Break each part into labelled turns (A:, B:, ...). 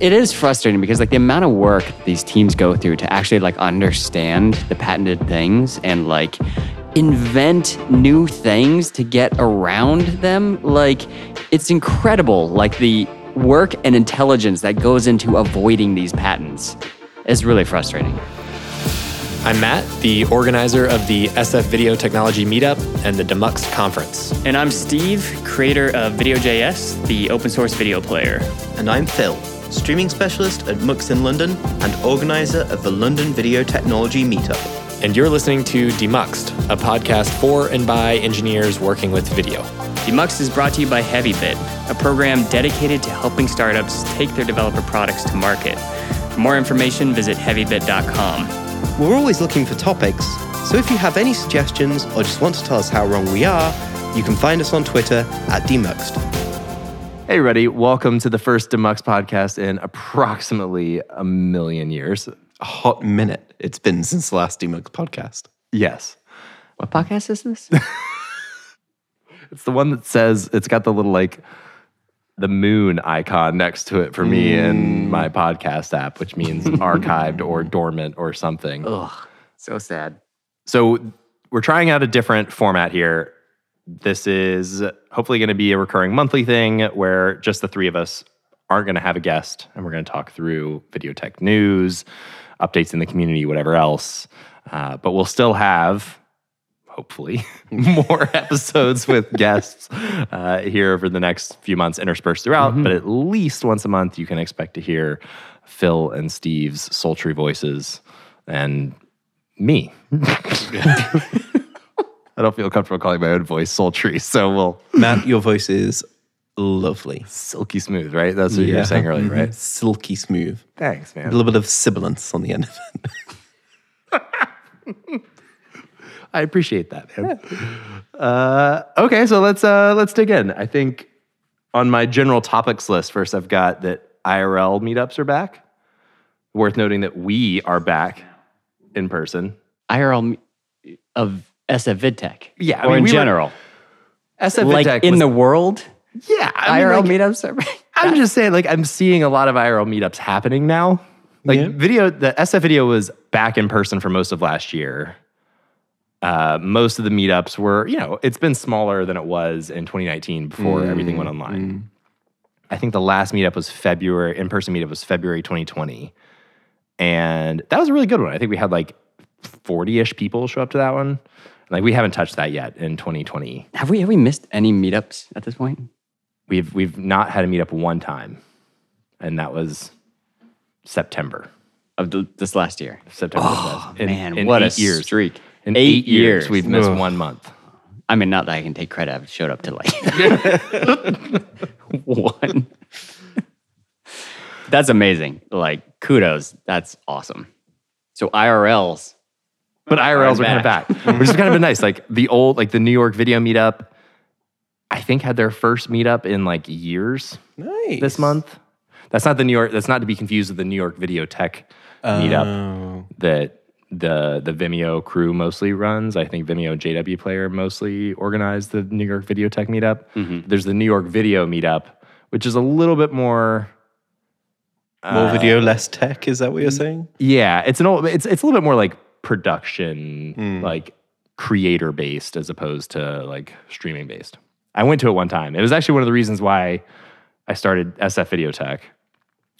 A: it is frustrating because like the amount of work these teams go through to actually like understand the patented things and like invent new things to get around them like it's incredible like the work and intelligence that goes into avoiding these patents is really frustrating
B: I'm Matt, the organizer of the SF Video Technology Meetup and the Demux Conference.
C: And I'm Steve, creator of VideoJS, the open source video player.
D: And I'm Phil, streaming specialist at MUX in London and organizer of the London Video Technology Meetup.
B: And you're listening to Demuxed, a podcast for and by engineers working with video.
C: Demux is brought to you by HeavyBit, a program dedicated to helping startups take their developer products to market. For more information, visit heavybit.com.
D: We're always looking for topics, so if you have any suggestions or just want to tell us how wrong we are, you can find us on Twitter at Demuxed.
E: Hey, everybody, welcome to the first Demux podcast in approximately a million years.
F: A hot minute it's been since the last Demuxed podcast.
E: Yes.
A: what podcast is this
E: It's the one that says it's got the little like the moon icon next to it for me
F: Mm.
E: in my podcast app, which means archived or dormant or something.
A: ugh so sad
E: So we're trying out a different format here. This is hopefully going to be a recurring monthly thing where just the three of us aren't going to have a guest and we're going to talk through video tech news, updates in the community, whatever else. Uh, but we'll still have, hopefully, more episodes with guests uh, here over the next few months interspersed throughout. But at least once a month, you can expect to hear Phil and Steve's sultry voices and me. I don't feel comfortable calling my own voice sultry, so we'll
F: Matt, your voice is lovely.
E: silky smooth, right? That's what you were saying earlier, right?
F: Silky smooth.
E: Mm-hmm. Thanks,
F: A
E: man.
F: little bit of sibilance on the end of it.
E: I appreciate that, man. Uh, okay, so let's uh, let's dig in. I think on my general topics list, first I've got that IRL meetups are back. Worth noting that we are back in person.
A: IRL m- of SF VidTech
E: Yeah, I
A: or
E: mean,
A: in
E: we went-
A: general
E: SF
A: like
E: E Tech
A: in
E: was-
A: the world
E: yeah I mean,
A: IRL
E: like,
A: meetups
E: I'm just saying, like, I'm seeing a lot of IRL meetups happening now. Like, video, the SF video was back in person for most of last year. Uh, most of the meetups were, you know, it's been smaller than it was in 2019 before everything went online. I think the last meetup was February, in person meetup was February 2020. And that was a really good one. I think we had like 40 ish people show up to that one. Like, we haven't touched that yet in 2020.
A: have we have we missed any meetups at this point
E: We've we've not had a meetup one time, and that was September.
A: of th- this last year
E: September.
A: Oh,
E: was. In-
A: man,
E: in
A: what a
E: eight years.
A: streak.
E: In
A: Eight
E: eight, years,
A: years.
E: we've missed one month.
A: I mean, not that I can take credit. I've showed up to like one. That's amazing. Like, kudos. That's awesome. So IRLs.
E: But IRLs are kind of
A: back.
E: back, which is kind of been nice. Like the old, like the New York video meetup, I think had their first meetup in like years
F: Nice.
E: this month. That's not the New York. That's not to be confused with the New York Video Tech meetup that the the Vimeo crew mostly runs. I think Vimeo JW Player mostly organized the New York Video Tech meetup. There's the New York Video meetup, which is a little bit more. uh,
F: More video, less tech. Is that what you're
E: mm,
F: saying?
E: Yeah, it's an old. It's it's a little bit more like production, like creator based, as opposed to like streaming based. I went to it one time. It was actually one of the reasons why I started SF Video Tech,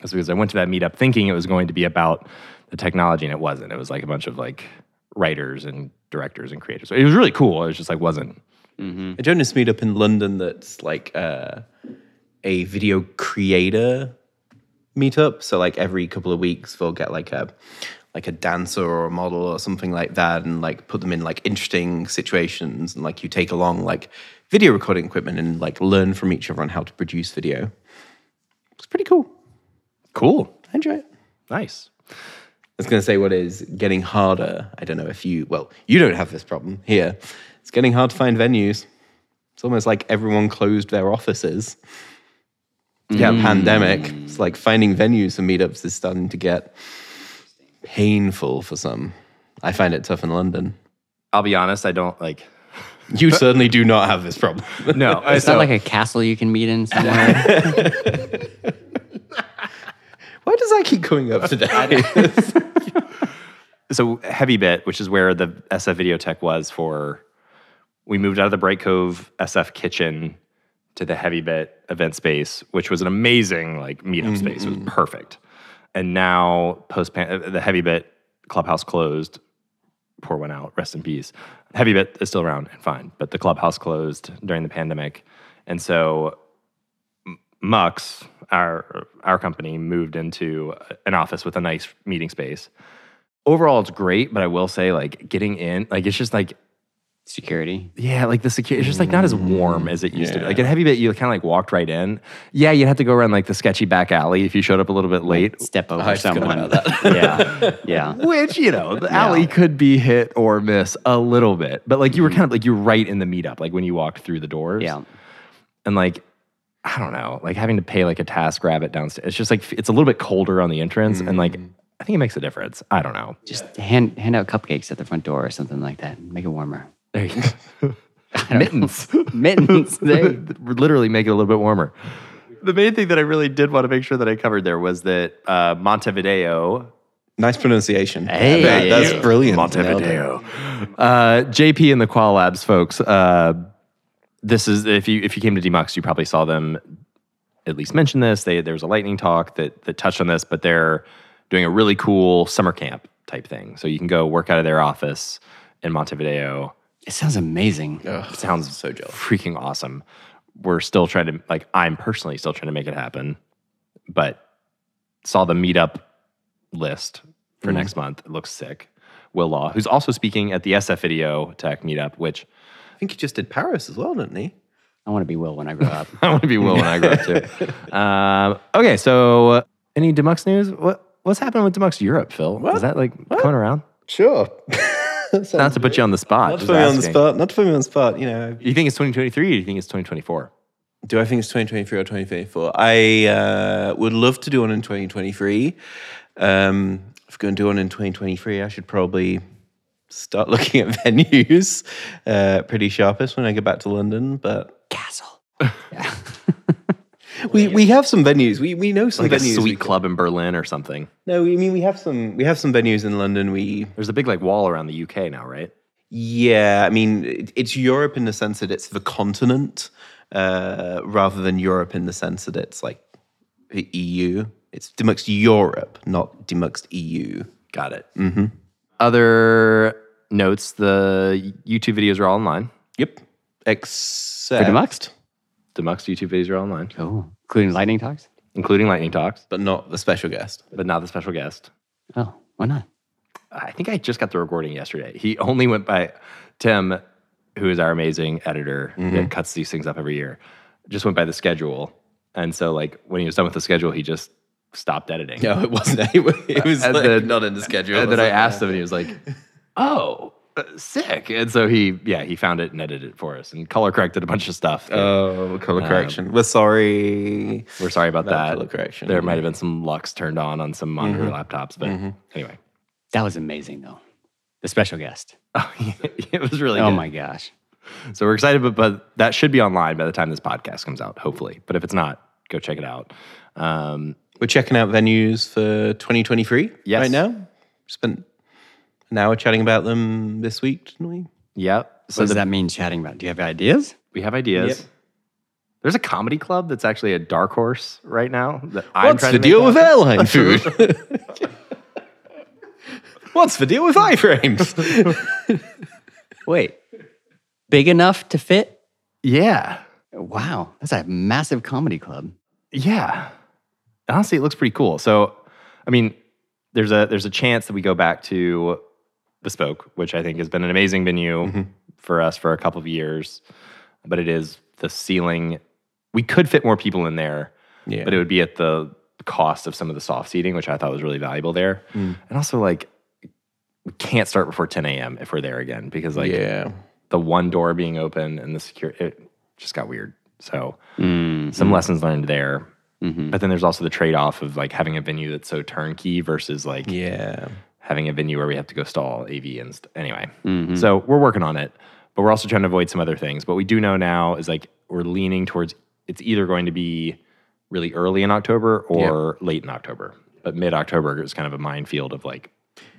E: is because I went to that meetup thinking it was going to be about the technology, and it wasn't. It was like a bunch of like writers and directors and creators. It was really cool. It was just like wasn't.
F: I joined this meetup in London that's like uh, a video creator meetup. So like every couple of weeks they'll get like a like a dancer or a model or something like that and like put them in like interesting situations and like you take along like video recording equipment and like learn from each other on how to produce video. It's pretty cool.
E: Cool.
F: I enjoy it.
E: Nice.
F: I was going to say what is getting harder. I don't know if you, well, you don't have this problem here. It's getting hard to find venues. It's almost like everyone closed their offices. Yeah,
E: Hmm.
F: pandemic. It's like finding venues for meetups is starting to get painful for some. I find it tough in London.
E: I'll be honest. I don't like.
F: You certainly do not have this problem.
E: No,
A: It's not like a castle you can meet in somewhere.
F: keep going up today?
E: so heavy bit which is where the sf video tech was for we moved out of the bright cove sf kitchen to the heavy bit event space which was an amazing like meetup space it was perfect and now post pan uh, the heavy bit clubhouse closed pour one out rest in peace heavy bit is still around and fine but the clubhouse closed during the pandemic and so Mux, our our company, moved into an office with a nice meeting space. Overall, it's great, but I will say, like getting in, like it's just like
A: Security.
E: yeah, like the security, it's just like not as warm as it used to be. Like at Heavy Bit, you kind of like walked right in. Yeah, you'd have to go around like the sketchy back alley if you showed up a little bit late.
A: Step over
F: forgot
A: someone.
F: about
A: yeah. Yeah.
E: Which you know, the alley could be hit or miss a little bit, but like you were kind of like you're right in the meetup, like when you walked through the doors.
A: Yeah.
E: and like I don't know, like having to pay like a task rabbit downstairs. It's just like it's a little bit colder on the entrance, and like I think it makes a difference. I don't know.
A: Just hand hand out cupcakes at the front door or something like that. Make it warmer.
E: There you go. Mittens.
A: Mittens. There. you-
E: Literally make it a little bit warmer. The main thing that I really did want to make sure that I covered there was that uh, Montevideo,
F: nice pronunciation.
A: Hey.
F: That- that's
A: Yeah.
F: brilliant.
E: Montevideo, uh, JP and the Qual Labs folks. Uh, this is if you if you came to Demux, you probably saw them at least mention this. They there was a lightning talk that that touched on this, but they're doing a really cool summer camp type thing. So you can go work out of their office in Montevideo.
A: It sounds amazing.
E: It sounds so jealous. freaking awesome. We're still trying to like I'm personally still trying to make it happen, but saw the meetup list
F: Mm-hmm.
E: for next month. It looks sick. Will Law, who's also speaking at the SF Video Tech meetup, which
F: I think he just did Paris as well, didn't he?
A: I want to be Will when I grow up.
E: I want to be Will when I grow up too. Um, okay, so uh, any Demux news? What what's happening with Demux Europe, Phil? Is that like coming around?
F: Sure.
E: Not to put you on the
F: Not
E: spot.
F: to
E: just
F: put me on the
E: asking.
F: spot. Not to put me on the spot. You know,
E: You think it's 2023 or you think it's 2024?
F: do I think it's 2023 or 2024? I uh, would love to do one in 2023. Um, if I'm going to do one in 2023, I should probably start looking at venues uh, pretty sharpest when I get back to London. But
A: Castle.
F: we, we have some venues. We, we know some
E: Like a
F: venues. we
E: sweet
F: can-
E: club in Berlin or something.
F: No, we- I mean we have some we have some venues in London. We
E: There's a big like wall around the UK now, right?
F: Yeah, I mean, it- it's Europe in the sense that it's the continent uh, rather than Europe in the sense that it's like the EU. It's Demux Europe, not E Demux EU.
E: Got it. Mm-hmm. Other notes: the YouTube videos are all online.
F: Yep. Except.
A: Demux?
E: The Mux YouTube videos are all online,
A: Cool. Including lightning talks.
E: including lightning talks,
F: But not the special guest.
E: but not the special guest.
A: Oh, why not?
E: I think I just got the recording yesterday. He only went by Tim, who is our amazing editor that cuts these things up every year. Just went by the schedule, and so like when he was done with the schedule, he just stopped editing.
F: No, it wasn't. It was, it was
E: And
F: like,
E: then-
F: not in the schedule.
E: And then uh, I asked him, and he was like, "Oh, uh, sick!" And so he, yeah, he found it and edited it for us, and color corrected a bunch of Um, stuff. that-
F: Oh, color correction. We're sorry.
E: We're sorry about that.
F: color correction. Mm-hmm.
E: There might have been some lux turned on on some monitor laptops, but anyway,
A: That was amazing though. The special guest.
E: Oh, it was really.
A: Oh
E: good.
A: my gosh.
E: So we're excited, but, but that should be online by the time this podcast comes out, hopefully. But if it's not, go check it out. Um,
F: We're checking out venues for 2023
E: Yes.
F: right now. Spent an hour chatting about them this week, didn't we?
E: yeah.
A: So
E: So
A: does
E: the-
A: that mean chatting about? Do you have ideas?
E: we have ideas. There's a comedy club that's actually a dark horse right now. That I'm
F: What's
E: trying
F: the
E: to make
F: deal
E: up.
F: with airline food? What's the deal with iframes?
A: Wait. Big enough to fit?
E: Yeah.
A: Wow. That's a massive comedy club.
E: Yeah. Honestly, it looks pretty cool. So, I mean, there's a there's a chance that we go back to Bespoke, which I think has been an amazing venue
F: Mm-hmm.
E: for us for a couple of years, but it is the ceiling. We could fit more people in there,
F: Yeah.
E: but it would be at the cost of some of the soft seating, which I thought was really valuable there.
F: Mm.
E: And also, like, we can't start before 10 a.m. if we're there again because, like,
F: yeah.
E: the one door being open and the secure it just got weird so
A: Mm-hmm.
E: some lessons learned there but then there's also the trade-off of like having a venue that's so turnkey versus like
F: Yeah.
E: having a venue where we have to go stall av and st- anyway
A: Mm-hmm.
E: so we're working on it but we're also trying to avoid some other things what we do know now is like we're leaning towards it's either going to be really early in october or late in october but But mid October is kind of a minefield of like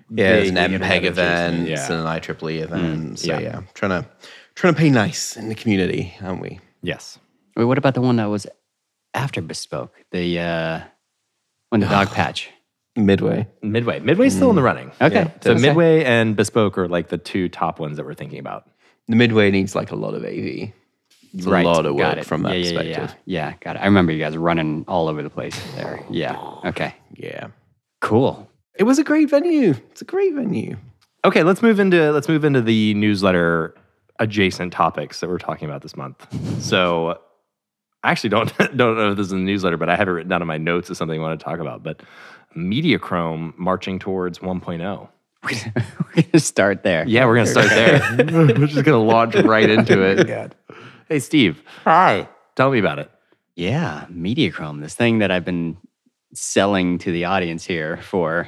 F: Yeah, there's an
E: big
F: MPEG event
E: yeah.
F: and an IEEE event. so
E: yeah.
F: Mm, yeah. trying to trying to pay nice in the community, aren't we?
E: yes.
A: Wait, what about the one that was after Bespoke? The uh, when the dog patch.
F: Midway.
E: Midway. Midway's still in the running.
A: Okay,
E: So
A: okay.
E: Midway and Bespoke are like the two top ones that we're thinking about.
F: The Midway needs like a lot of AV. It's
A: Right,
F: a lot of
A: got
F: work
A: it.
F: from
A: Yeah,
F: that
A: yeah, yeah,
F: perspective.
A: Yeah, yeah, got it. I remember you guys running all over the place there. Yeah. Okay.
F: Yeah.
A: Cool.
F: It was a great venue. It's a great venue.
E: Okay, let's move into let's move into the newsletter adjacent topics that we're talking about this month. So I actually don't don't know if this is in the newsletter, but I have it written down in my notes as something I want to talk about. But Mediachrome marching towards 1.0.
A: We're gonna start there.
E: Yeah, we're gonna start there. we're just gonna launch right into it. Hey Steve. Hi. Tell me about it.
A: Yeah, Mediachrome, this thing that I've been selling to the audience here for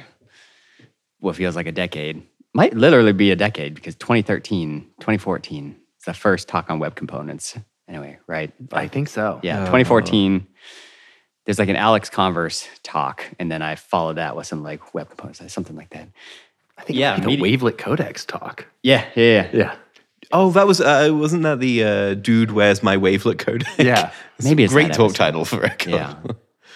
A: what feels like a decade. Might literally be a decade because 2013, 2014 is the first talk on web components. Anyway, right?
E: I think so. Uh,
A: Yeah, 2014. There's like an Alex Converse talk, and then I followed that with some like web components, something like that.
E: I think
A: Yeah,
E: yeah, the
A: Medi-
E: wavelet codex talk.
A: Yeah, yeah, yeah.
E: Yeah.
F: Oh, that was uh, wasn't that the uh, dude? Where's my wavelet code?
E: Yeah.
A: Maybe it's
F: great
A: that
F: talk
A: episode.
F: title for it.
A: Yeah.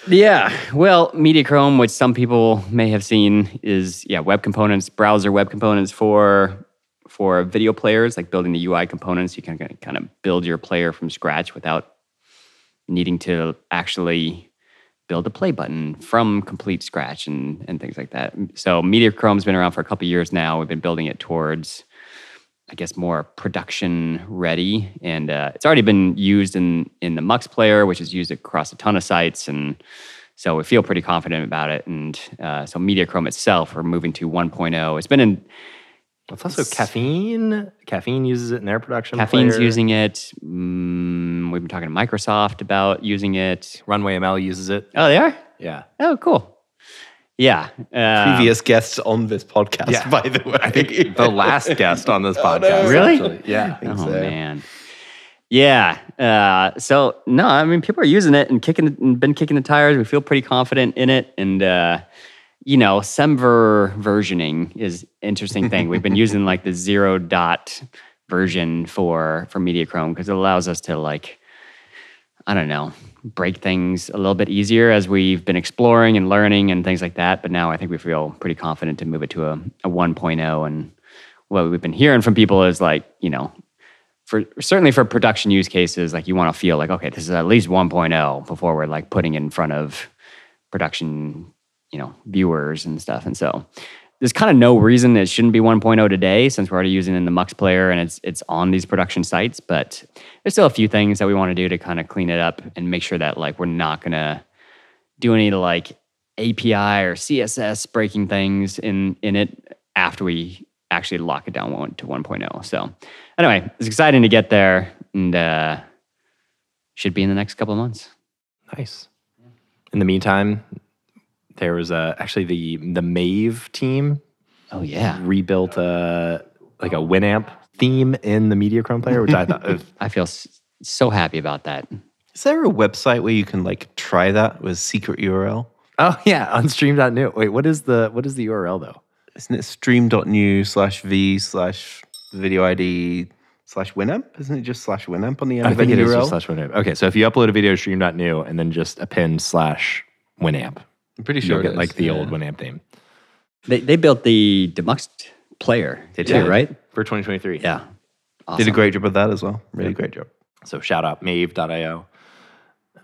A: yeah. Well, Mediachrome, which some people may have seen, is yeah, web components, browser web components for for video players, like building the UI components. You can kind of build your player from scratch without needing to actually build a play button from complete scratch and, and things like that. So Mediachrome's been around for a couple of years now. We've been building it towards, I guess, more production ready, and uh, it's already been used in in the Mux player, which is used across a ton of sites, and so we feel pretty confident about it. And uh, so Mediachrome itself, we're moving to 1.0. It's been in
E: It's also caffeine. Caffeine uses it in their production.
A: caffeine's
E: player.
A: using it. Mm, we've been talking to Microsoft about using it.
E: Runway ML uses it.
A: Oh, they are.
E: Yeah.
A: Oh, cool. Yeah. Uh,
F: Previous guests on this podcast,
E: Um, Yeah.
F: by the way. I think
E: The last guest on this
F: Oh,
E: podcast.
A: Really?
E: Yeah.
A: Oh man. Yeah. Uh, so no, I mean people are using it and kicking and been kicking the tires. We feel pretty confident in it, and uh, you know, Semver versioning is interesting thing. We've been using like the zero dot version for for MediaChrome because it allows us to like I don't know, break things a little bit easier as we've been exploring and learning and things like that. But now I think we feel pretty confident to move it to a, a 1.0. And what we've been hearing from people is like, you know, for certainly for production use cases, like you want to feel like, okay, this is at least 1.0 before we're like putting it in front of production, you know, viewers and stuff. And so there's kind of no reason it shouldn't be 1.0 today since we're already using it in the Mux player and it's it's on these production sites. But there's still a few things that we want to do to kind of clean it up and make sure that like we're not gonna do any like API or CSS breaking things in in it after we actually lock it down one- to 1.0. So anyway, it's exciting to get there and uh, should be in the next couple of months.
E: Nice. In the meantime, there was uh, actually the the Mave team
A: Oh yeah,
E: rebuilt a like a Winamp theme in the Mediachrome player, which I thought was
A: I feel s- so happy about that.
F: Is there a website where you can like try that with secret URL?
E: oh yeah, on stream.new. Wait, what is the what is the URL though?
F: Isn't it stream.new slash v slash video ID slash Winamp? Isn't it just slash Winamp on the end of any
E: it is
F: URL?
E: just slash Winamp. Okay, so if you upload a video to stream.new and then just append slash Winamp,
F: I'm pretty
E: you'll
F: it
E: get
F: is,
E: like the
F: yeah.
E: old Winamp theme.
A: They they built the Demux player
E: They
A: too,
E: did.
A: right?
E: For 2023.
A: Yeah. Awesome.
F: Did a great job of that as well. Really great job.
E: So shout out mave.io.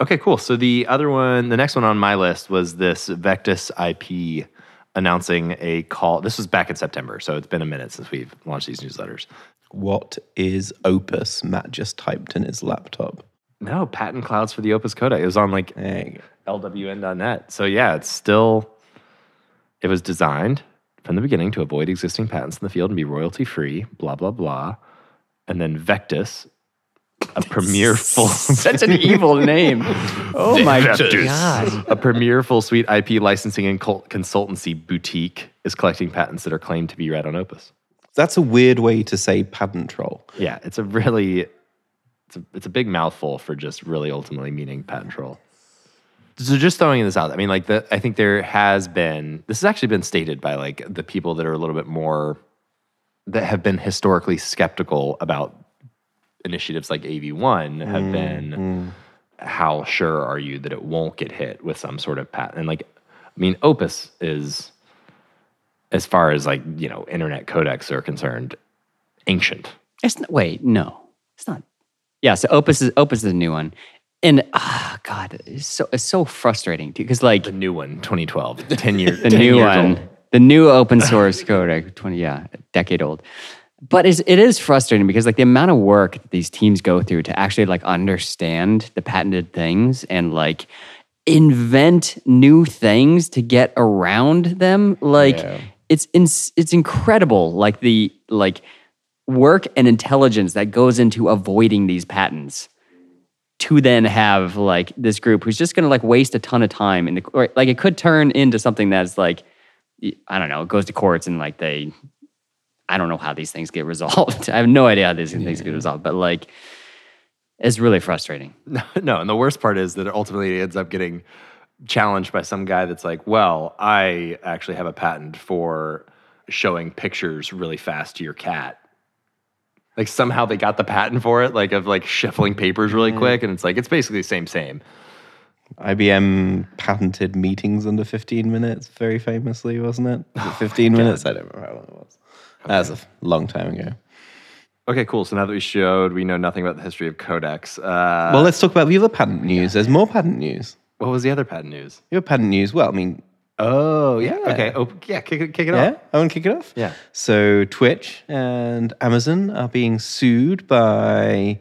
E: Okay, cool. So the other one, the next one on my list was this Vectis IP announcing a call. This was back in September, so it's been a minute since we've launched these newsletters.
F: What is Opus? Matt just typed in his laptop.
E: No, patent clouds for the Opus Coda. It was on like
F: There you go.
E: lwn.net. So yeah, it's still it was designed from the beginning to avoid existing patents in the field and be royalty free, blah blah blah. And then Vectis, a premier full
A: That's an evil name. Oh my god.
E: a premier full suite IP licensing and cult consultancy boutique is collecting patents that are claimed to be read on Opus.
F: That's a weird way to say patent troll.
E: Yeah, it's a really, it's a, it's a big mouthful for just really ultimately meaning patent troll. So just throwing this out, I mean, like the I think there has been this has actually been stated by like the people that are a little bit more that have been historically skeptical about initiatives like AV one have been how sure are you that it won't get hit with some sort of patent? And like, I mean, Opus is as far as like you know internet codecs are concerned, ancient.
A: It's not, wait, no, it's not. Yeah, so Opus is Opus is a new one, and ah, God, it's so it's so frustrating because like
E: The new one, 2012, 10 years.
A: the new one, the new open source codec, twenty yeah, a decade old. But it's, it is frustrating because like the amount of work that these teams go through to actually like understand the patented things and like invent new things to get around them, like it's ins it's incredible. Like the like work and intelligence that goes into avoiding these patents to then have like this group who's just going to like waste a ton of time in the or, like it could turn into something that's like y- I don't know, it goes to courts and like they I don't know how these things get resolved. I have no idea how these things get resolved, but like it's really frustrating.
E: no, and the worst part is that it ultimately ends up getting challenged by some guy that's like, well, I actually have a patent for showing pictures really fast to your cat. Like somehow they got the patent for it, like of like shuffling papers really quick, and it's like it's basically same same.
F: IBM patented meetings under 15 minutes, very famously, wasn't it? Was it 15 minutes? I don't remember how long it was. That was a f- long time ago.
E: Uh, Okay, cool. So now that we showed we know nothing about the history of codecs, uh,
F: well, let's talk about the other patent news. There's more patent news.
E: what was the other patent news?
F: Your patent news, well, I mean,
E: Oh yeah, okay, oh yeah, kick it, kick it off.
F: yeah, I want to kick it off.
E: Yeah.
F: So Twitch and Amazon are being sued by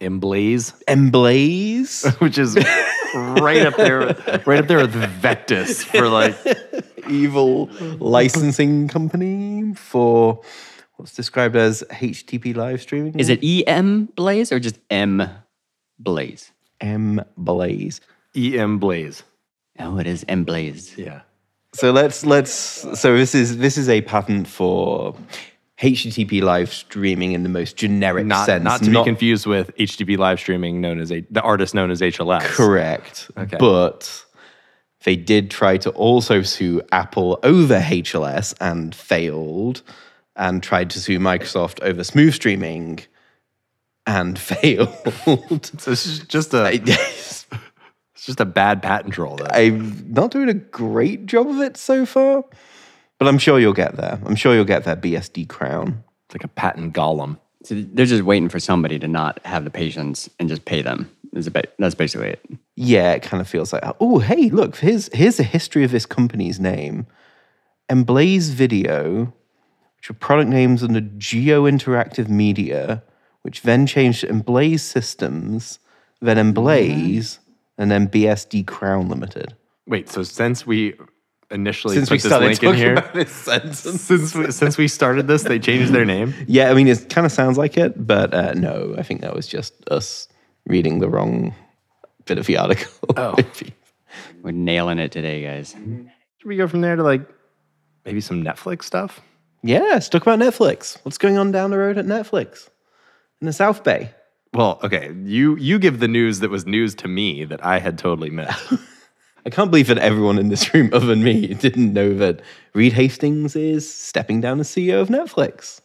E: Emblaze,
F: Emblaze.
E: which is right up there, right up there with Vectis for like
F: evil licensing company for what's described as HTTP live streaming.
A: Is it EM Blaze or just M Blaze?
F: M Blaze?
E: EM E Blaze.
A: Oh, it is M Blaze.
E: Yeah.
F: So let's let's so this is this is a patent for HTTP live streaming in the most generic
E: Not,
F: sense,
E: not to be confused with HTTP live streaming, known as a, the artist known as HLS.
F: correct, but they did try to also sue Apple over HLS and failed, and tried to sue Microsoft over smooth streaming and failed.
E: So this is just a it's just a bad patent troll. Though.
F: I'm not doing a great job of it so far, but I'm sure you'll get there. I'm sure you'll get there. BSD crown.
E: it's like a patent golem.
A: So they're just waiting for somebody to not have the patience and just pay them. Is a bit, that's basically it.
F: Yeah, it kind of feels like, oh, hey, look, here's here's a history of this company's name, Emblaze Video, which were product names under Geo Interactive Media, which then changed to Emblaze Systems, then Emblaze, and then BSD Crown Limited.
E: Wait, so since we initially
F: Since
E: put
F: we
E: this
F: started
E: link
F: talking
E: in here,
F: about this sentence.
E: since we, since we started this, they changed their name.
F: Yeah, I mean, it kind of sounds like it, but uh, no, I think that was just us reading the wrong bit of the article. Oh.
A: We're nailing it today, guys.
E: Should we go from there to like maybe some Netflix stuff?
F: yeah, let's talk about Netflix. What's going on down the road at Netflix in the South Bay?
E: Well, okay, you you give the news that was news to me that I had totally missed.
F: I can't believe that everyone in this room, other than me, didn't know that Reed Hastings is stepping down as CEO of Netflix.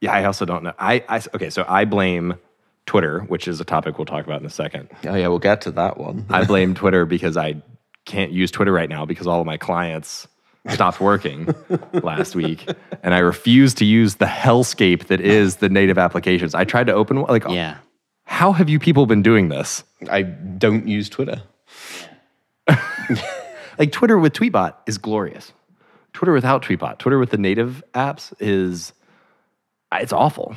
E: Yeah, I also don't know. I, I okay, so I blame Twitter, which is a topic we'll talk about in a second.
F: Oh, yeah, we'll get to that one.
E: I blame Twitter because I can't use Twitter right now because all of my clients stopped working last week, and I refuse to use the hellscape that is the native applications. I tried to open one. Like,
A: Yeah.
E: how have you people been doing this?
F: I don't use Twitter.
E: Like Twitter with Tweetbot is glorious. Twitter without Tweetbot, Twitter with the native apps is uh, it's awful.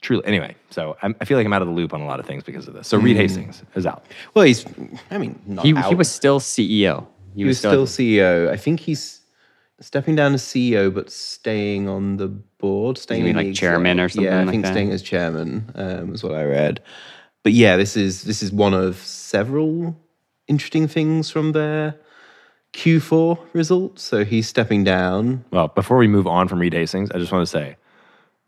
E: Truly. Anyway, so I'm, I feel like I'm out of the loop on a lot of things because of this. So Reed Hastings is out.
F: Well, he's, I mean, not
A: He,
F: out.
A: he was still E CEO.
F: He was still CEO. I think he's stepping down as CEO, but staying on the board, staying
A: mean
F: in the
A: like chairman or something
F: Yeah, I
A: like
F: think
A: that?
F: staying as chairman um, was what I read. But yeah, this is this is one of several interesting things from their Q4 results. So he's stepping down.
E: Well, before we move on from Reed Hastings, I just want to say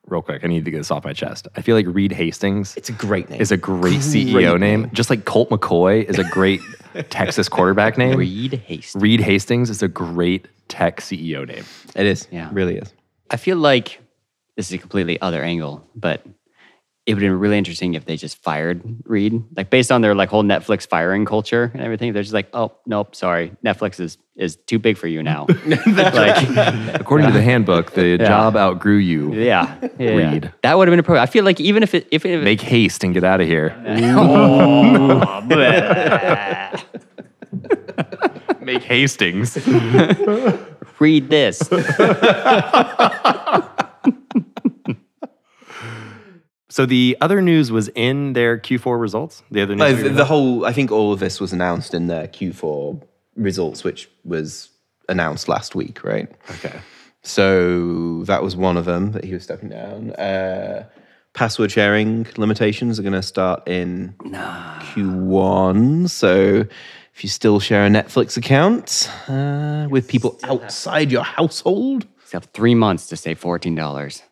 E: real quick. I need to get this off my chest. I feel like Reed Hastings
F: It's a great name.
E: is a great CEO name, just like Colt McCoy is a great Texas quarterback name.
A: Reed Hastings.
E: Reed Hastings is a great tech CEO name.
F: it is.
A: Yeah.
F: Really is.
A: I feel like this is a completely other angle, but it would have been really interesting if they just fired Reed. Like based on their like whole Netflix firing culture and everything, they're just like, oh nope, sorry. Netflix is is too big for you now. like
E: According to the handbook, the job outgrew you.
A: yeah. yeah.
E: Reed.
A: That would have been a pro. I feel like even if it if it
E: Make haste and get out of here. Make Hastings.
A: read this.
E: So the other news was in their Q4 results. The other news.
F: Like,
E: we
F: Uh, the,
E: were-
F: the whole, I think all of this was announced in their Q4 results, which was announced last week, right?
E: okay.
F: So that was one of them that he was stepping down. Uh, password sharing limitations are going to start in Q1. So if you still share a Netflix account uh, with people outside your household,
A: You have three months to save fourteen dollars.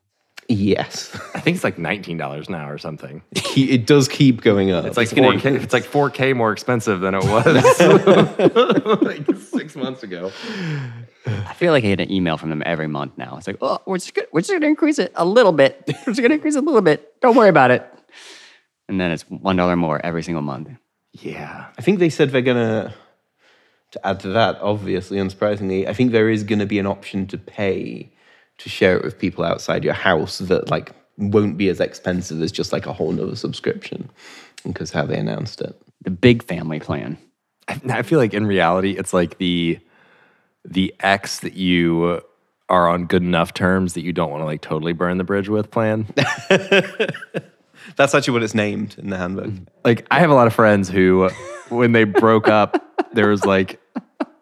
F: yes,
E: I think it's like $19 now or something. It's,
F: He- it does keep going up.
E: like 4K. It's like 4K more expensive than it was.
F: six months ago.
A: I feel like I get an email from them every month now. It's like, oh, we're just gonna, we're just gonna increase it a little bit. We're just gonna increase it a little bit. Don't worry about it. And then it's one dollar more every single month.
E: yeah.
F: I think they said they're gonna to add to that, obviously, unsurprisingly, I think there is gonna be an option to pay to share it with people outside your house that like won't be as expensive as just like a whole nother subscription because how they announced it.
A: The big family plan.
E: I- I feel like in reality, it's like the the ex that you are on good enough terms that you don't want to like totally burn the bridge with plan.
F: That's actually what it's named in the handbook.
E: like I have a lot of friends who when they broke up, there was like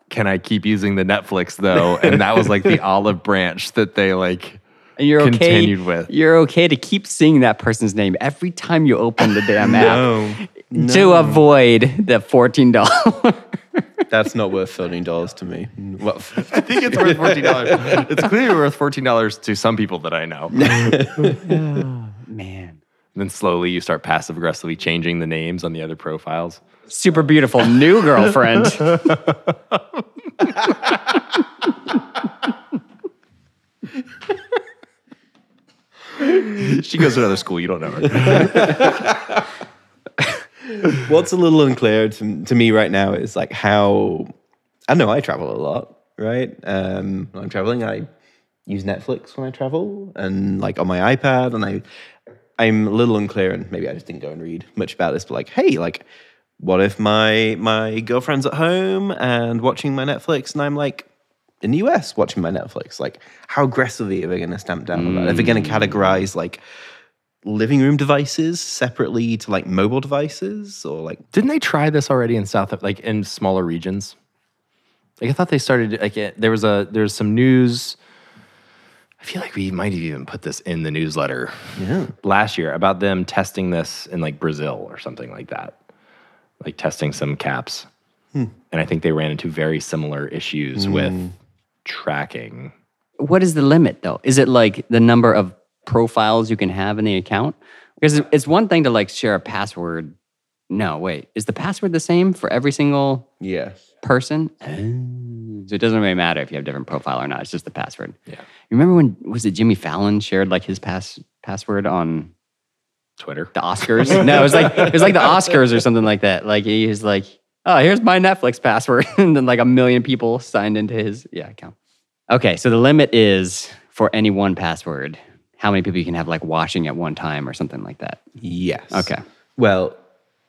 E: can I keep using the Netflix though? And that was like the olive branch that they like
A: And you're okay.
E: Continued with.
A: You're okay to keep seeing that person's name every time you open the damn
F: Oh.
A: app to avoid the fourteen dollars.
F: That's not worth thirteen dollars to me. Well,
E: I think it's worth fourteen dollars. It's clearly worth fourteen dollars to some people that I know.
A: Man,
E: then slowly you start passive aggressively changing the names on the other profiles.
A: super beautiful new girlfriend.
E: She goes to another school, you don't know her.
F: what's a little unclear to, to me right now is like how I know I travel a lot, right? Um, when I'm traveling, I use Netflix when I travel and like on my iPad, and I I'm a little unclear, and maybe I just didn't go and read much about this, but like, hey, like, what if my my girlfriend's at home and watching my Netflix, and I'm like. In the US, watching my Netflix, like how aggressively are they going to stamp down on that? Are they going to categorize like living room devices separately to like mobile devices or like
E: Didn't they try this already in South like in smaller regions? Like I thought they started like it, there was a there's some news. I feel like we might have even put this in the newsletter last year about them testing this in like Brazil or something like that. Like testing some caps. And I think they ran into very similar issues with tracking.
A: what is the limit though? Is it like the number of profiles you can have in the account? Because it- it's one thing to like share a password. No, wait. Is the password the same for every single
F: yes
A: person? Oh. So it doesn't really matter if you have different profile or not. It's just the password. Yeah. Remember when was it Jimmy Fallon shared like his pass password on
E: Twitter.
A: the Oscars? no, it was like it was like the Oscars or something like that. Like he was like, oh, here's my Netflix password, and then like a million people signed into his yeah account. Okay, so the limit is for any one password, how many people you can have like watching at one time or something like that.
F: yes
A: Okay.
F: well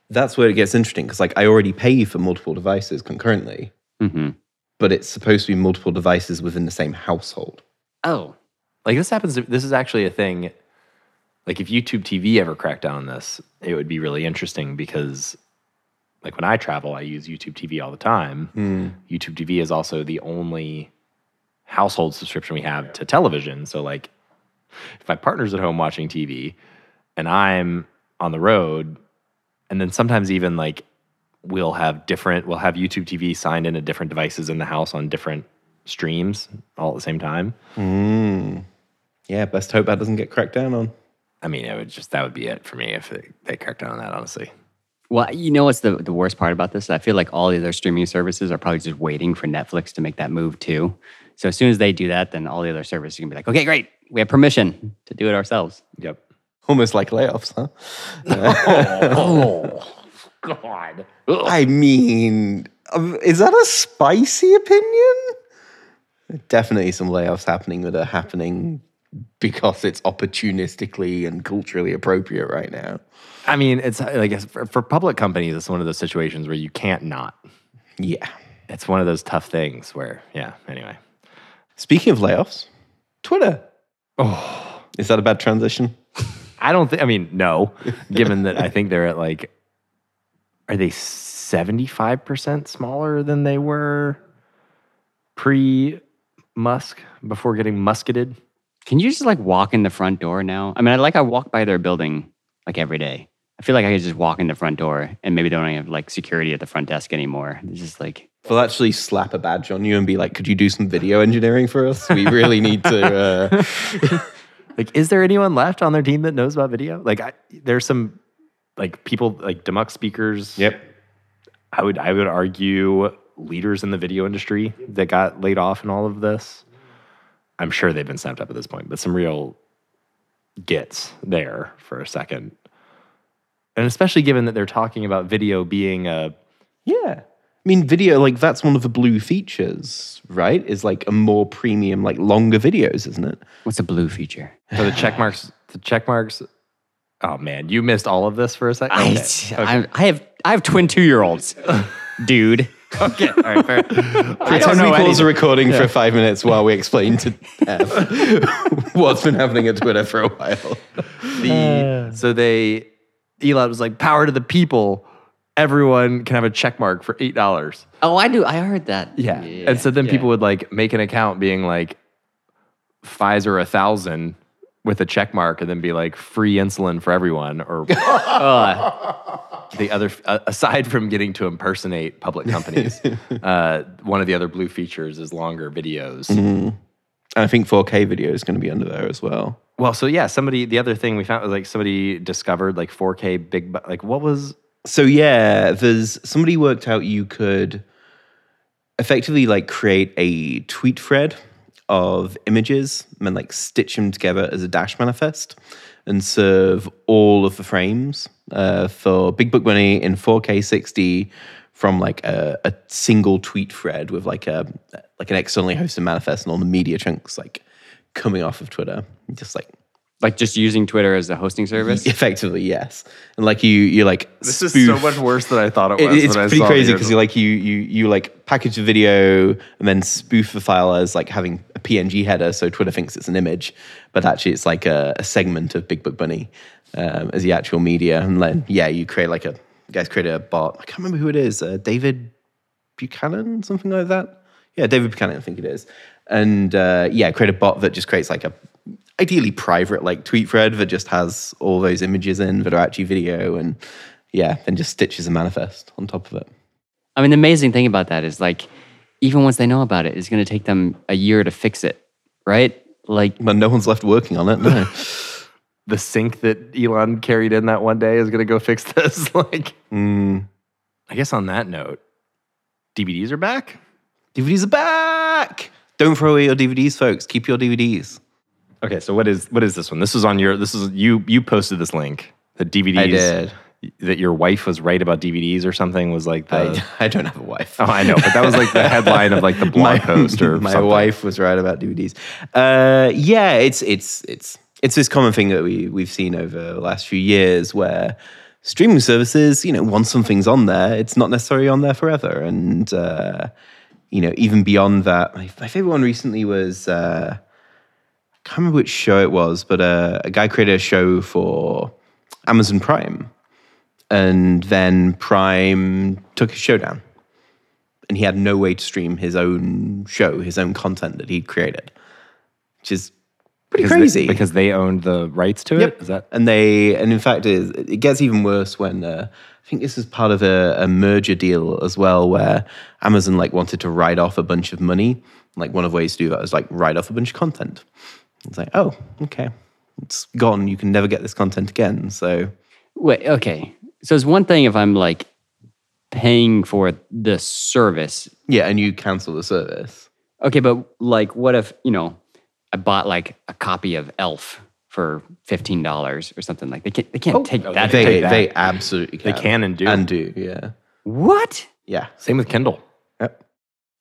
F: that's where it gets interesting because like i already pay for multiple devices concurrently
A: Mm-hmm.
F: but it's supposed to be multiple devices within the same household
A: Oh,
E: like this happens this is actually a thing like if youtube tv ever cracked down on this it would be really interesting because like when i travel i use youtube tv all the time youtube tv is also the only household subscription we have to television so like if my partner's at home watching tv and i'm on the road and then sometimes even like we'll have different we'll have youtube tv signed into different devices in the house on different streams all at the same time
F: Yeah, best hope that doesn't get cracked down on.
E: I mean, it would just that would be it for me if they, they cracked down on that. Honestly,
A: Well, you know what's the, the worst part about this? I feel like all the other streaming services are probably just waiting for Netflix to make that move too. So as soon as they do that, then all the other services can be like, okay, great. We have permission to do it ourselves.
E: yep.
F: Almost like layoffs, huh?
E: Oh God!
F: I mean, um, is that a spicy opinion? Definitely some layoffs happening that are happening because it's opportunistically and culturally appropriate right now.
E: I mean, it's like it's- for, for public companies, it's one of those situations where you can't not.
F: Yeah.
E: It's one of those tough things where, yeah. Anyway,
F: Speaking of layoffs, Twitter. Oh, is that a bad transition?
E: I don't think. I mean, no. Given that I think they're at like, are they seventy five percent smaller than they were pre Musk before getting musketed?
A: Can you just like walk in the front door now? I mean, I like I walk by their building like every day. I feel like I could just walk in the front door and maybe don't have like security at the front desk anymore. It's just like
F: They'll actually slap a badge on you and be like, "Could you do some video engineering for us? We really need to." Uh,
E: Like, is there anyone left on their team that knows about video? Like, I, there's some like people like Demux speakers. I would I would argue leaders in the video industry that got laid off in all of this. I'm sure they've been snapped up at this point, but some real gets there for a second. And especially given that they're talking about video being a
F: Yeah. I mean, video, like, that's one of the blue features, right? Is like a more premium, like, longer videos, isn't it?
A: what's a blue feature?
E: for the check marks the check marks Oh man, you missed all of this for a second.
A: I,
E: Okay.
A: I, I have I have twin two year olds, dude.
E: Okay. All right, fair. I don't
F: Pretend we
E: know
F: pause the
E: anything.
F: recording for five minutes while we explain to F what's been happening at Twitter for a while.
E: the so they Elon was like power to the people. Everyone can have a check mark for eight dollars.
A: Oh, I do. I heard that.
E: Yeah. And so then people would like make an account being like Pfizer a thousand with a check mark and then be like free insulin for everyone or uh, the other uh, aside from getting to impersonate public companies uh, one of the other blue features is longer videos
F: And I think 4K video is going to be under there as well.
E: well so yeah somebody the other thing we found was like somebody discovered like 4k big bu- like what was
F: So, yeah, there's somebody worked out you could effectively, like, create a tweet thread of images and then, like, stitch them together as a dash manifest and serve all of the frames uh, for Big Book Money in 4K 60 from like a, a single tweet thread with like a like an externally hosted manifest and all the media chunks like coming off of Twitter, just like
A: like just using Twitter as a hosting service.
F: effectively yes, and like you you like spoof-
E: worse than i
F: it-
E: thought
F: it's pretty crazy because you like you you you like package the video and then spoof the file as like having a PNG header, so Twitter thinks it's an image, but actually it's like a, a segment of Big Book Bunny um, as the actual media, and then yeah, you create like a you guys create a bot. I can't remember who it is, uh, David Buchanan, something like that. Yeah, David Buchanan, I think it is. And uh, yeah, create a bot that just creates like a ideally private like tweet thread that just has all those images in that are actually video and yeah, then just stitches a manifest on top of it.
A: I mean, the amazing thing about that is like, even once they know about it, it's going to take them a year to fix it, right? Like,
F: But no one's left working on it. No.
E: the sink that Elon carried in that one day is going to go fix this. like, Hmm. I guess on that note, DVDs are back.
F: DVDs are back. Don't throw away your DVDs, folks. Keep your DVDs.
E: Okay, so what is what is this one? This is on your. This is you. You posted this link. The DVDs. That your wife was right about DVDs or something was like the.
F: I, I don't have a wife.
E: Uh, oh, I know, but that was like the headline of like the blog post or
F: my
E: something.
F: wife was right about DVDs. Uh, yeah, it's it's it's it's this common thing that we we've seen over the last few years where streaming services, you know, once something's on there, it's not necessarily on there forever, and uh, you know, even beyond that, my, my favorite one recently was. Uh, I can't remember which show it was, but uh, a guy created a show for Amazon Prime, and then Prime took his show down, and he had no way to stream his own show, his own content that he'd created, which is pretty
E: Because they-
F: crazy.
E: because they owned the rights to
F: Yep.
E: it. Is that
F: And they, and in fact, it, it gets even worse when uh, I think this is part of a, a merger deal as well, where Amazon like wanted to write off a bunch of money. Like one of the ways to do that is like write off a bunch of content. It's like, oh, okay, it's gone. You can never get this content again. So
A: Wait, okay. So it's one thing if I'm like paying for the service.
F: yeah, and you cancel the service.
A: Okay, but like what if, you know, I bought like a copy of Elf for $15 or something like they can't Oh, they can't take that.
F: They
E: take that.
F: they absolutely
E: They
F: can.
E: can and do.
F: and do yeah
A: What?
F: yeah
E: Same with Kindle.
F: Yep.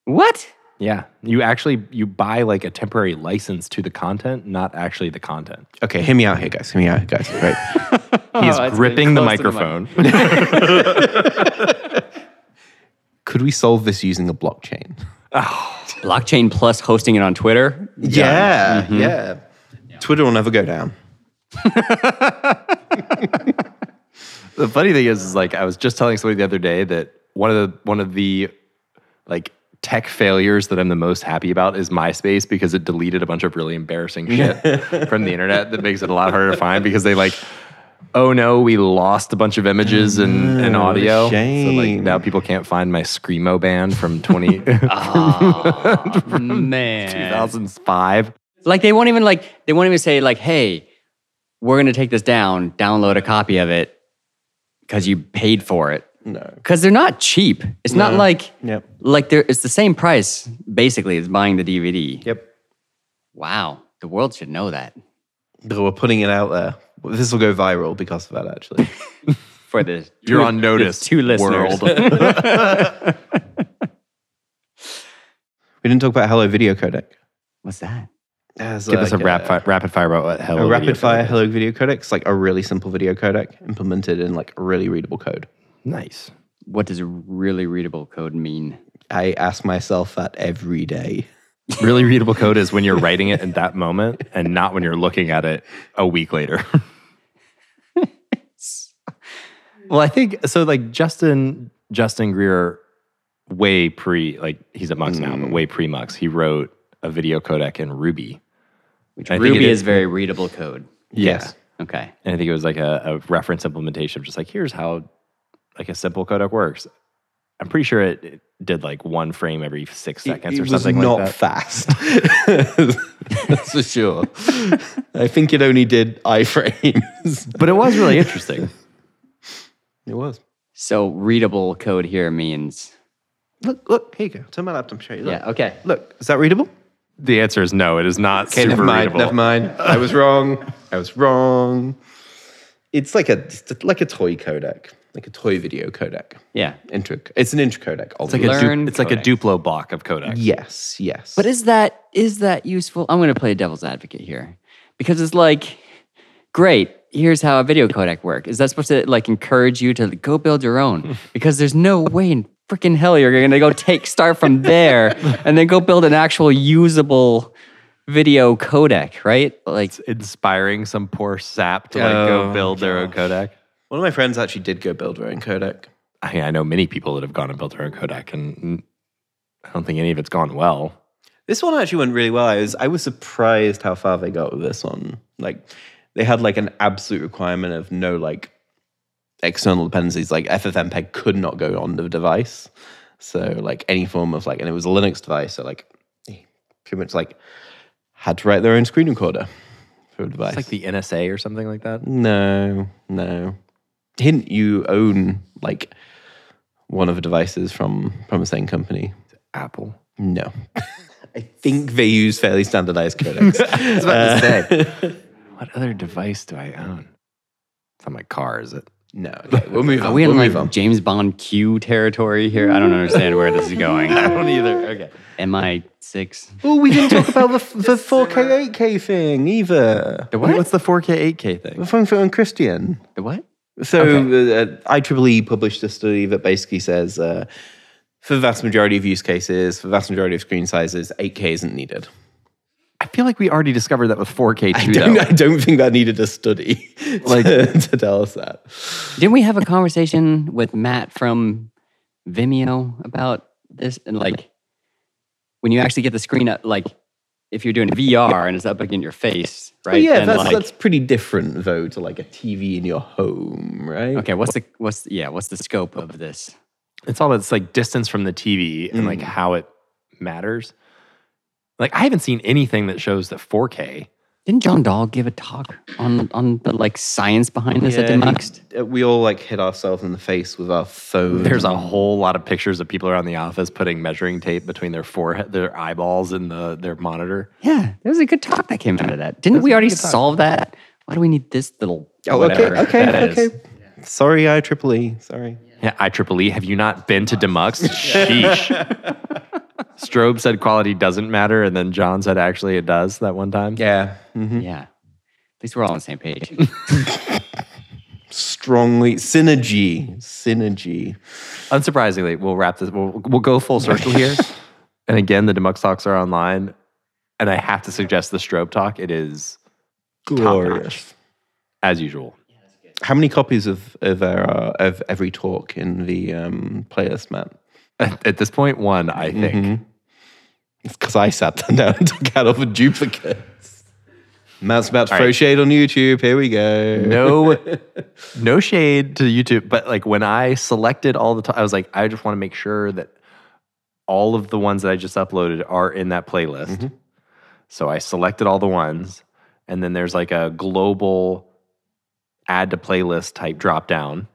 A: What?
E: Yeah, you actually you buy like a temporary license to the content, not actually the content.
F: Okay, hear me out here, guys. Hear me out, here, guys. Right.
E: He's
A: Oh, that's getting
E: gripping the
A: close to the mic.
E: microphone.
F: Could we solve this using a blockchain?
A: Blockchain plus hosting it on Twitter?
F: Yeah,
E: Mm-hmm.
F: yeah. Twitter will never go down.
E: the funny thing is, is like I was just telling somebody the other day that one of the one of the like tech failures that I'm the most happy about is MySpace because it deleted a bunch of really embarrassing shit from the internet that makes it a lot harder to find because they like oh no we lost a bunch of images and,
A: Mm,
E: and audio so like
F: shame.
E: now people can't find my screamo band from 20
A: Man.
E: 2005
A: Like they won't even like they won't even say like, "Hey, we're going to take this down. Download a copy of it cuz you paid for it."
F: No.
A: Cuz they're not cheap. It's not like
F: Yep.
A: like they're it's the same price basically as buying the DVD.
F: Yep.
A: Wow, the world should know that
F: But we're putting it out there. This will go viral because of that, actually.
A: for the
E: you're
A: two-
E: on notice
A: the two listeners.
E: world.
F: we didn't talk about Hello Video Codec.
A: What's that?
F: There's
E: give us a
F: like
E: rap fi- rapid fire about what hell
F: a rapid fire Hello Video Codec. It's like a really simple video codec implemented in like really readable code.
E: nice
A: What does really readable code mean?
F: I ask myself that every day.
E: really readable code is when you're writing it in that moment and not when you're looking at it a week later. well, I think so like Justin Justin Greer way pre like he's at Mux now, but way pre Mux, he wrote a video codec in Ruby.
A: Which
E: I think
A: Ruby
E: it
A: is
E: is-
A: very readable code.
E: Yes.
A: Okay.
E: And I think it was like a, a reference implementation of just like here's how like a simple codec works. I'm pretty sure it, it did like one frame every six
F: it
E: seconds or
F: was
E: something
F: not
E: like that.
F: fast. That's for sure. I think it only did iframes.
E: But it was really interesting.
F: It was.
A: So readable code here means
F: Look, look, here you go. Turn my laptop, show you. Look.
A: yeah. Okay.
F: Look, is that readable?
E: the answer is no, it is not
F: Okay,
E: super
F: never mind.
E: readable.
F: Never mind. I was wrong. I was wrong. It's like a it's like a toy codec, like a toy video codec.
A: Yeah.
F: Intro. It's an intro codec.
E: It's
F: Obviously.
E: like, a,
A: Learn
E: du- it's like a
A: codec.
E: Duplo block of Kodak.
F: yes, yes.
A: But is that is that useful? I'm going to play devil's advocate here because it's like, great. Here's how a video codec work. Is that supposed to like encourage you to go build your own? Because there's no way in freaking hell you're going to go take start from there and then go build an actual usable video codec, right? Like,
E: Inspiring some poor sap to like go build their own Kodak.
F: one of my friends actually did go build her own codec.
E: I mean, I know many people that have gone and built their own Kodak, and mm, I don't think any of it's gone well.
F: This one actually went really well. I was I was surprised how far they got with this one. Like they had like an absolute requirement of no like external dependencies. Like FFmpeg could not go on the device. So like any form of like and it was a Linux device, so like they pretty much like had to write their own screen recorder for a device.
E: It's like the NSA or something like that.
F: no, no. Hint you own like one of the devices from from the same company.
E: Apple.
F: No. I think they use fairly standardized codecs. Uh,
E: What other device do I own? It's on my car, is it?
F: no, okay, we'll move on.
A: are we
F: we'll
A: in like
F: move on.
A: James Bond Q territory here? I don't understand where this is going. I don't either. Okay. MI6.
F: Oh, we didn't talk about the, f- the 4K, 8K thing either.
A: The what?
E: What's the 4K, 8K thing?
F: The phone for Christian.
A: The what?
F: So uh, uh, IEEE published a study that basically says uh, for the vast majority of use cases, for the vast majority of screen sizes, 8K isn't needed.
E: I feel like we already discovered that with 4K
F: I
E: too.
F: don't,
E: though.
F: I don't think that needed a study like, to, to tell us that.
A: Didn't we have a conversation with Matt from Vimeo about this? And like, when you actually get the screen up, like, if you're doing VR and it's up in your face, right?
F: But yeah,
A: then,
F: that's,
A: like,
F: that's pretty different though to like a TV in your home, right?
A: okay. What's the what's yeah? What's the scope of this?
E: it's all that's like distance from the TV and like how it matters. Like I haven't seen anything that shows that 4K
A: Didn't John Dahl give a talk on on the like science behind this at
F: Yeah, he-
A: Demuxed?
F: uh, we all like hit ourselves in the face with our phone.
E: There's a whole lot of pictures of people around the office putting measuring tape between their forehead, their eyeballs, and the their monitor.
A: Yeah, there was a good talk that came out of that. Didn't we already solve that? Why do we need this little?
F: oh,
E: whatever
F: okay, okay,
E: that
F: okay.
E: is.
F: Sorry, IEEE. Sorry.
E: Yeah, IEEE, have you not been to Demux? Sheesh. Strobe said quality doesn't matter, and then John said actually it does that one time.
F: Yeah.
A: Yeah, at least we're all on the same page.
F: Strongly synergy. Synergy.
E: Unsurprisingly, we'll wrap this. We'll, we'll go full circle here. and again, the Demux talks are online, and I have to suggest the Strobe talk. It is
F: Glorious.
E: as usual.
F: How many copies of of, our, of every talk in the um, playlist, Matt?
E: At, at this point, one I think.
F: Because I sat them down and took out all the duplicates. Matt's about to
E: All
F: throw
E: right.
F: shade on YouTube. Here we go.
E: no no shade to youtube but like when i selected all the time i was like i just want to make sure that all of the ones that i just uploaded are in that playlist so i selected all the ones and then there's like a global add to playlist type drop down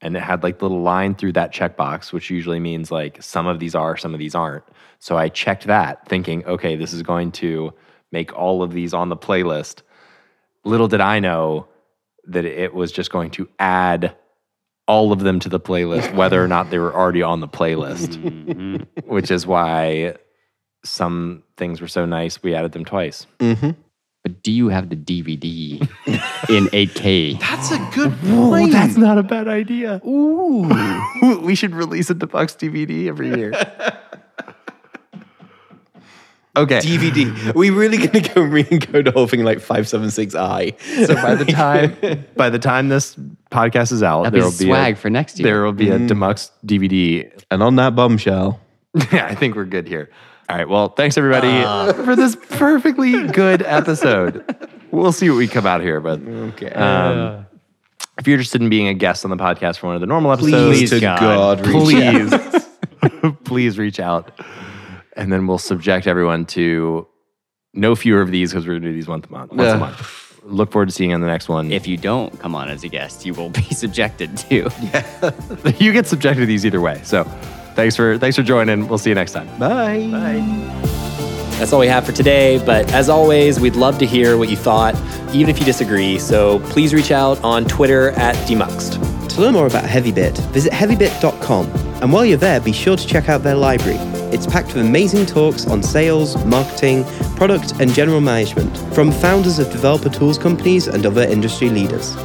E: and it had like the little line through that checkbox which usually means like some of these are some of these aren't so i checked that thinking okay this is going to make all of these on the playlist little did i know that it was just going to add all of them to the playlist, whether or not they were already on the playlist,
A: Mhm.
E: which is why some things were so nice we added them twice.
A: But do you have the DVD in 8K?
F: That's a good point.
E: that's not a bad idea. Mm. Ooh, we should release a deluxe DVD every year. okay.
F: DVD. we really going to go and re-encode the whole thing in like 576i.
E: so by the time by the time this podcast is out,
A: That'd
E: there will
A: be
E: be
A: swag
E: a,
A: for next year.
E: there will be a deluxe DVD
F: and on that bombshell.
E: Yeah, I think we're good here. All right. Well, thanks everybody
F: Uh.
E: for this perfectly good episode. we'll see what we come out here, but
F: Okay.
E: um, if you're interested in being a guest on the podcast for one of the normal episodes,
F: please, to God, reach out.
E: please, please reach out, and then we'll subject everyone to no fewer of these because we're gonna do these once a month. Once
F: Yeah.
E: a month. Look forward to seeing you on the next one.
A: If you don't come on as a guest, you will be subjected to.
E: you get subjected to these either way, so thanks for thanks for joining. We'll see you next time.
F: Bye.
B: That's all we have for today, but as always, we'd love to hear what you thought, even if you disagree. So please reach out on Twitter at Demuxed.
D: To learn more about HeavyBit, visit heavybit.com. And while you're there, be sure to check out their library. It's packed with amazing talks on sales, marketing, product, and general management from founders of developer tools companies and other industry leaders.